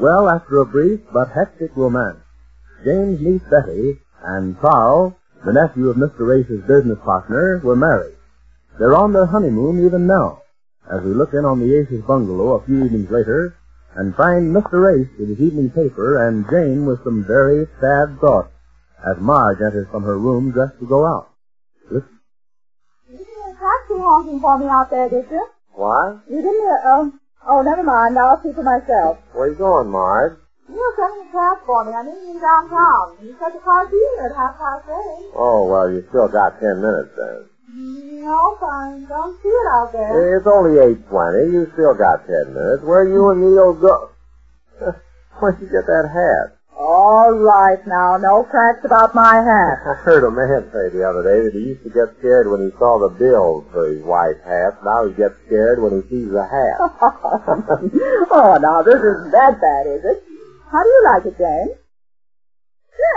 Well, after a brief but hectic romance, James meets Betty, and Carl, the nephew of Mr. Race's business partner, were married. They're on their honeymoon even now, as we look in on the Ace's bungalow a few evenings later and find Mr. Race with his evening paper and Jane with some very sad thoughts as Marge enters from her room dressed to go out. Listen. You didn't have to honking for me out there, did you? Why? You didn't, uh, oh, oh, never mind. I'll see for myself. Where you going, Marge? You were coming to class for me. I mean, you downtown. You said the car's here at half past eight. Oh, well, you still got ten minutes then. No, fine. Don't see it out there. It's only 8.20. You still got ten minutes. Where you and me'll go? Where'd you get that hat? All right now, no cracks about my hat. I heard a man say the other day that he used to get scared when he saw the bills for his wife's hat. Now he gets scared when he sees a hat. oh, now this isn't that bad, is it? How do you like it, Jane?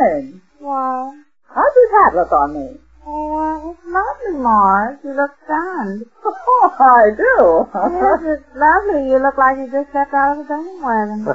Jane, Why? how's this hat look on me? Oh, it's lovely, Mars. You look stunned. Oh, I do. yes, it's lovely. You look like you just stepped out of a burning wagon.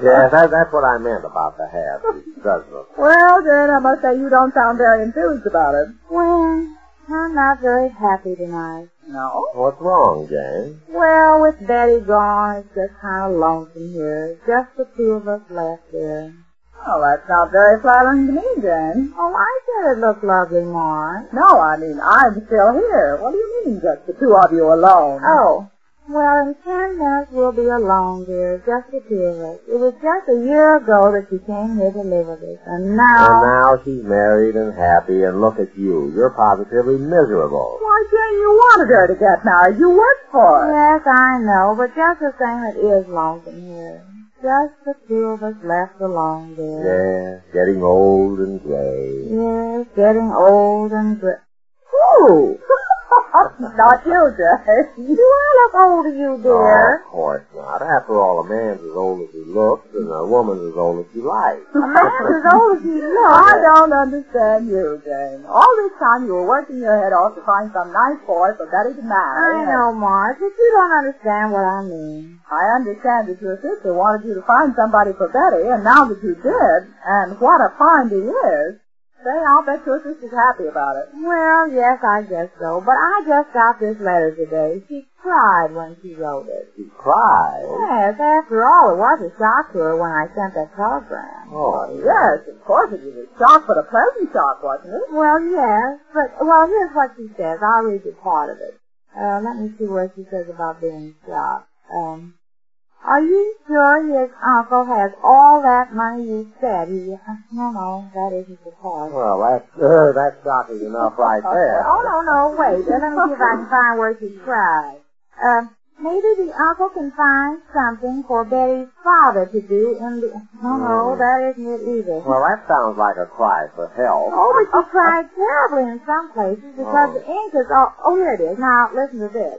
yeah, that, that's what I meant about the hat. It does look. well, Jane, I must say you don't sound very enthused about it. well, I'm not very happy tonight. No? What's wrong, Jane? Well, with Betty gone, it's just kind of lonesome here. Just the two of us left here. Well, that's not very flattering to me, Jane. Oh, I said it looked lovely, Mars. No, I mean, I'm still here. What do you mean, just the two of you alone? Oh. Well, in ten minutes we'll be alone, dear. Just the two of us. It was just a year ago that you came here to live with us, And and now she's married and happy, and look at you. You're positively miserable. Why, Jane, you wanted her to get married. You worked for it. Yes, I know, but just the same, it is lonesome here. Just the two of us left alone there. Yeah, getting old and gray. Yes, getting old and gr- Who? Not you, Jane. Do I look old to you, Oh, dear? of course not. After all, a man's as old as he looks, and a woman's as old as she likes. A man's as old as he oh, I looks. don't understand you, Jane. All this time you were working your head off to find some nice boy for Betty to marry. I know, Marge, but you don't understand what I mean. I understand that your sister wanted you to find somebody for Betty, and now that you did, and what a find he is, say, I'll bet your sister's happy about it. Well, yes, I guess so, but I just got this letter today. She cried when she wrote it. She Oh. cries. Yes, after all, it was a shock to her when I sent that telegram. Oh, Yes, of course it was a shock, but a pleasant shock, wasn't it? Well, yes, but, well, here's what she says. I'll read you part of it. Uh, let me see what she says about being shocked. Um, are you sure his uncle has all that money you said he, no, no, that isn't the part. Well, that's, uh, that's shocking enough right there. Oh, no, no, wait. Let me see if I can find where she cried. Uh, maybe the uncle can find something for Betty's father to do in the, no, no, that isn't it either. Well, that sounds like a cry for help. Oh, but she cried terribly in some places because Oh. the ink is all. Oh, here it is. Now listen to this.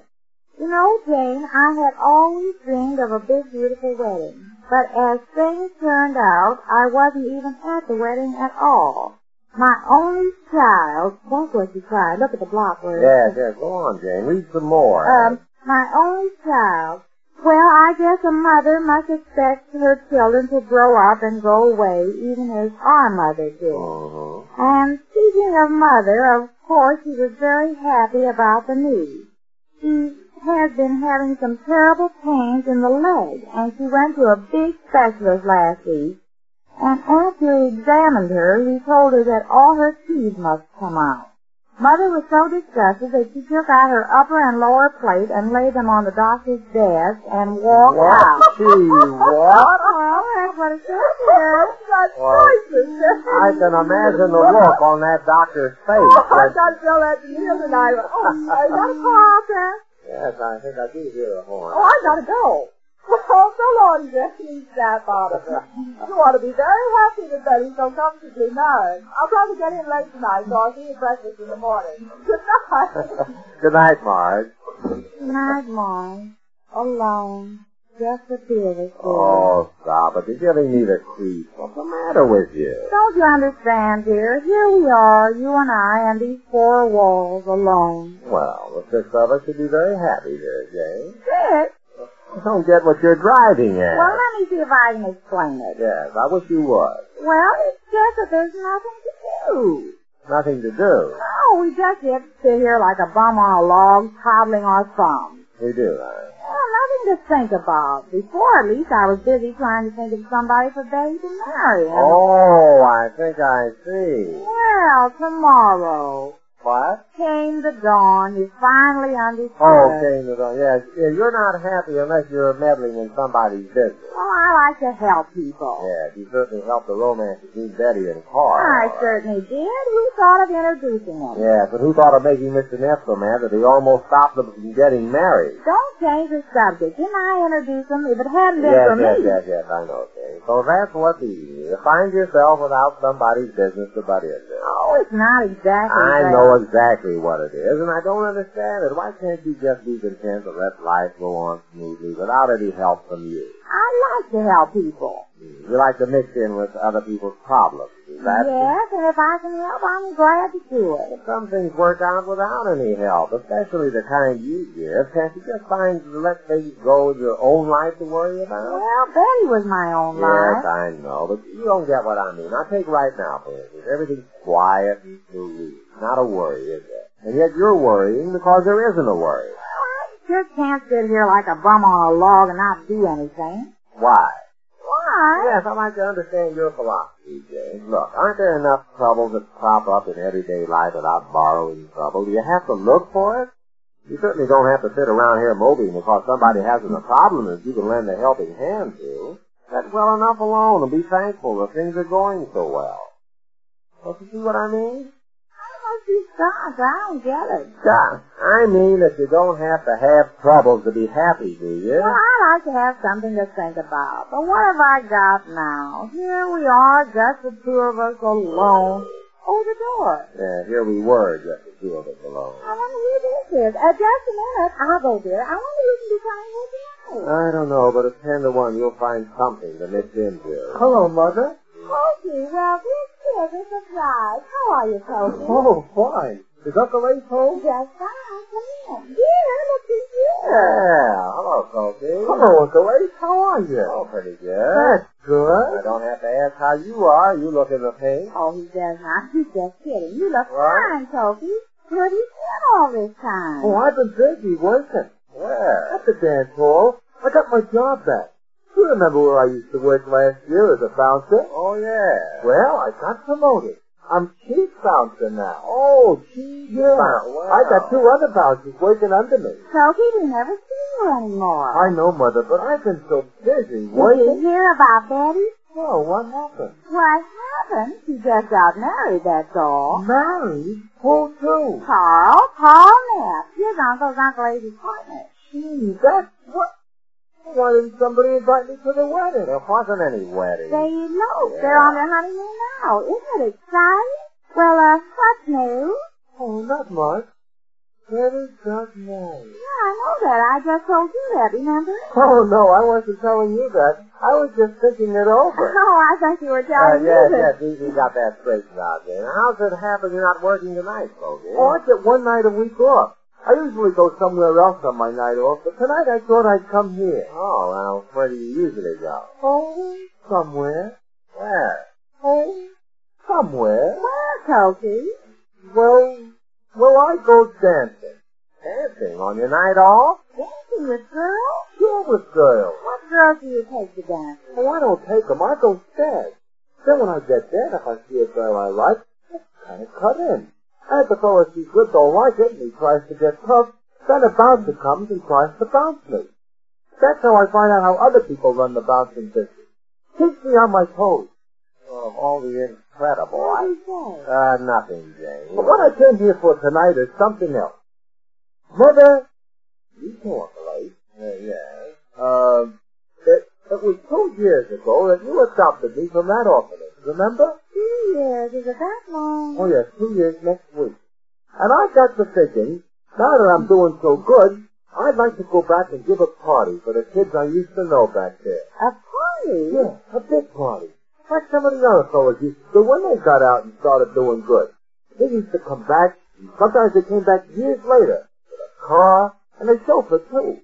You know, Jane, I had always dreamed of a big, beautiful wedding, but as things turned out, I wasn't even at the wedding at all. My only child. That's what she cried. Look at the block word. Yes, yes, go on, Jane. Read some more. Um, my only child. Well, I guess a mother must expect her children to grow up and go away, even as our mother did. Mhm. And speaking of mother, of course she was very happy about the knee. She has been having some terrible pains in the leg, and she went to a big specialist last week. And after he examined her, he told her that all her teeth must come out. Mother was so disgusted that she took out her upper and lower plate and laid them on the doctor's desk and walked out. What? Gee, what? Well, that's what it says here. That's Well, choices, Oh, Jane. I can imagine the look on that doctor's face. Oh, I That- got Bill at the meal tonight. Oh, I gotta call out there. yes, I think I do hear a horn. Oh, I gotta go. Well, so long, Jesse. Snap out of it. You ought to be very happy that Betty's so comfortably married. I'll try to get in late tonight, so I'll see you breakfast in the morning. Good night. Good night, Marge. Night, Mom. Alone. Just the two of us. dear. Oh, stop it. You're giving me the creep. What's the matter with you? Don't you understand, dear? Here we are, you and I, and these four walls alone. Well, the six of us should be very happy here, Jane. Six? I don't get what you're driving at. Well, let me see if I can explain it. Yes, I wish you would. Well, it's just that there's nothing to do. Nothing to do. No, Oh, we just get to sit here like a bum on a log, toddling our thumbs. We do, huh? Well, nothing to think about. Before, at least, I was busy trying to think of somebody for Betty to marry. And- Oh, I think I see. Well, tomorrow What? came the dawn. You finally understood. Oh, okay, no, no, yes. Yeah, you're not happy unless you're meddling in somebody's business. Well, Oh, I like to help people. Yeah, you certainly helped the romance between Betty and Carl. I certainly did. Who thought of introducing him? Yes, but who thought of making Mr. Neff so mad that he almost stopped them from getting married? Don't change the subject. Didn't I introduce him? If it hadn't been yes, for yes, me. yes, yes, I know, okay. So that's what the you find yourself without somebody's business to butt into. Oh, it's not exactly I that. know exactly what it is, and I don't understand it. Why can't you just be content to let life go on smoothly without any help from you? I like to help people. You like to mix in with other people's problems. Is that yes, and if I can help, I'm glad to do it. Some things work out without any help, especially the kind you give. Can't you just find let things go with your own life to worry about? Well, Betty was my own Yes, life. I know, but you don't get what I mean. Now take right now, for instance. Everything's quiet and smooth. Not a worry, is it? And yet you're worrying because there isn't a worry. Just can't sit here like a bum on a log and not do anything. Why? Why? Yes, I'd like to understand your philosophy, James. Look, aren't there enough troubles that crop up in everyday life without borrowing trouble? Do you have to look for it? You certainly don't have to sit around here moping because somebody hasn't a problem that you can lend a helping hand to. Let well enough alone and be thankful that things are going so well. Don't you see what I mean? How must be stopped? I don't get it. Gosh, I mean that you don't have to have troubles to be happy, do you? Well, I like to have something to think about. But what have I got now? Here we are, just the two of us alone. Oh, the door. Yeah, here we were, just the two of us alone. I wonder who this is. Uh, just a minute. I'll go there. I wonder who can be trying to help me out. I don't know, but it's ten to one. You'll find something to mix into. Hello, Mother. Okay, well, this is a surprise. How are you, Toby? Oh, fine. Is Uncle Ace home? Oh, Just fine. Come in. Dear, look who's here. Yeah. Hello, Sophie. Hello, Uncle Ace. How are you? Oh, pretty good. That's good. I don't have to ask how you are. You look in the pink. Oh, he does not. He's just kidding. You look What? fine, Toby. Where have you been all this time? Oh, I've been busy working. Well, At the dance hall. I got my job back. You remember where I used to work last year as a bouncer? oh yeah. Well, I got promoted. I'm chief bouncer now. oh, gee, Yeah. Wow. I got two other bouncers working under me. Sophie, we never see you anymore. I know, Mother, but I've been so busy Did you working. hear about Betty? Oh, what happened? Why, happened? She just got married, that's all. Married? Who to? Carl, Paul Neff, his uncle's Uncle Abe's partner. Gee, that's what... Why didn't somebody invite me to the wedding? There wasn't any wedding. They eloped. They're on their honeymoon now. Isn't it exciting? Well, uh, what's new? Oh, not much. Better got married. Yeah, I know that. I just told you that, remember? Oh, no, I wasn't telling you that. I was just thinking it over. Oh, I thought you were Uh, telling me yes, that. yes, we we got that straightened out, Jane. How's it happen you're not working tonight, Sophie? Oh, I get one night a week off. I usually go somewhere else on my night off, but tonight I thought I'd come here. Oh, well, where do you usually go? Oh, somewhere. Where? Oh, somewhere. Well, Sophie. Well, well, I go dancing. Dancing on your night off? Dancing with girls? Sure with girls. What girls do you take to dance? Oh, I don't take 'em. I go stag. Then when I get there, if I see a girl I like, I kind of cut in. As the fellow she's with don't like it, and he tries to get tough, then a bouncer comes and tries to bounce me. That's how I find out how other people run the bouncing business. Keeps me on my toes. Oh, all the incredible. What I- do you say? Uh, nothing, Jane. But what I came here for tonight is something else. Mother, You can't relate. Uh, yes. uh, it, it was two years ago that you adopted me from that orphanage, remember? Two years. Is it that long? Oh yes, two years next week. And I got to thinking, now that I'm doing so good, I'd like to go back and give a party for the kids I used to know back there. A party? Yeah, a big party. Like some of the other fellows used to do when they got out and started doing good. They used to come back, and sometimes they came back years later, with a car, and a chauffeur too.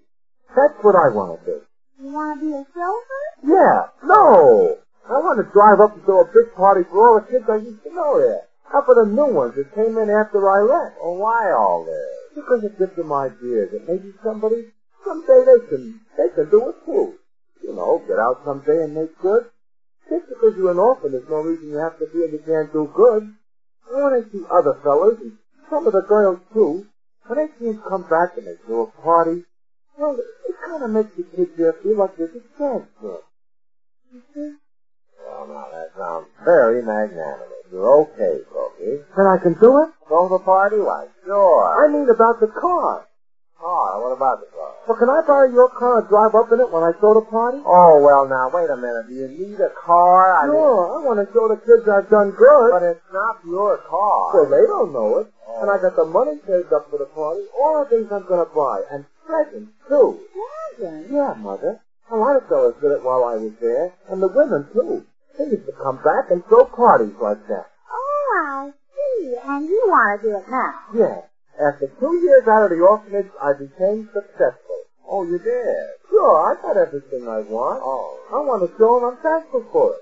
That's what I want to do. You want to be a chauffeur? Yeah, no. I want to drive up and do a big party for all the kids I used to know there. How for the new ones that came in after I left? Oh, why all this? Because it gives them ideas that maybe somebody, someday they can, they can do it too. You know, get out someday and make good. Just because you're an orphan, there's no reason you have to be and you can't do good. I want to see other fellas and some of the girls too. When they see you come back and they do a party, well, it kind of makes the kids there feel like there's a chance for it. Well, now that sounds very magnanimous. You're okay, Loki. Then I can do it? Go to the party? Why, sure. I mean about the car. Car? What about the car? Well, can I borrow your car and drive up in it when I show the party? Oh, well, now, wait a minute. Do you need a car? I sure. I want to show the kids I've done good. But it's not your car. Well, they don't know it. And I got the money saved up for the party. All the things I'm going to buy. And presents, too. Presents? Yeah, Mother. A lot of fellas did it while I was there, and the women too. They used to come back and throw parties like that. Oh, I see. And you want to do it now. Yeah. After two years out of the orphanage, I became successful. Oh, you did? Sure, I got everything I want. Oh. I want to show 'em I'm thankful for it.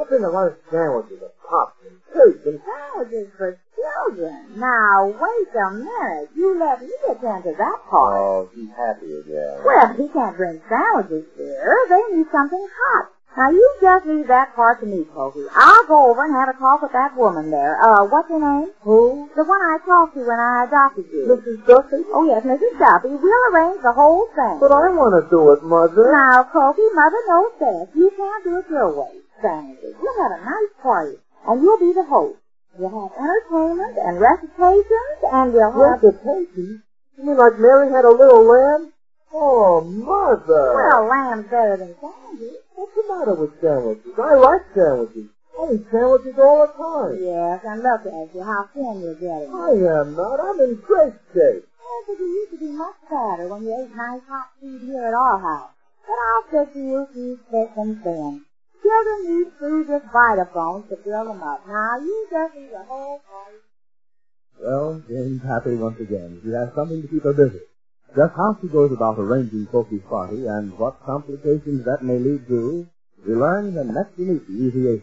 I've been a lot of sandwiches and pops and cake and... Colleges for children. Now, wait a minute. You let me attend to that part. Oh, she's happy again. Well, he can't bring sandwiches there. They need something hot. Now, you just leave that part to me, Pokey. I'll go over and have a talk with that woman there. Uh, what's her name? Who? The one I talked to when I adopted you. Mrs. Duffy? Oh, yes, Mrs. Duffy. We'll arrange the whole thing. But I want to do it, Mother. Now, Pokey, Mother knows best. You can't do it your way. Sandwiches. We'll have a nice party, and you'll be the host. We'll have entertainment and recitations, and we'll have... Recitation? You mean like Mary had a little lamb? Oh, Mother. Well, lamb's better than candy. What's the matter with sandwiches? I like sandwiches. I eat sandwiches all the time. Yes, and look at you, how thin you're getting. I am not. I'm in great shape. Yes, you used to be much fatter when you ate nice hot food here at our house. But I'll fix you if you thick and thin. Children need food with Vitaphones to build them up. Now, you just eat a whole party. Well, Jane's happy once again. She has something to keep her busy. Just how she goes about arranging Pokey's party and what complications that may lead to, we learn when next E we meet the Easy Ace.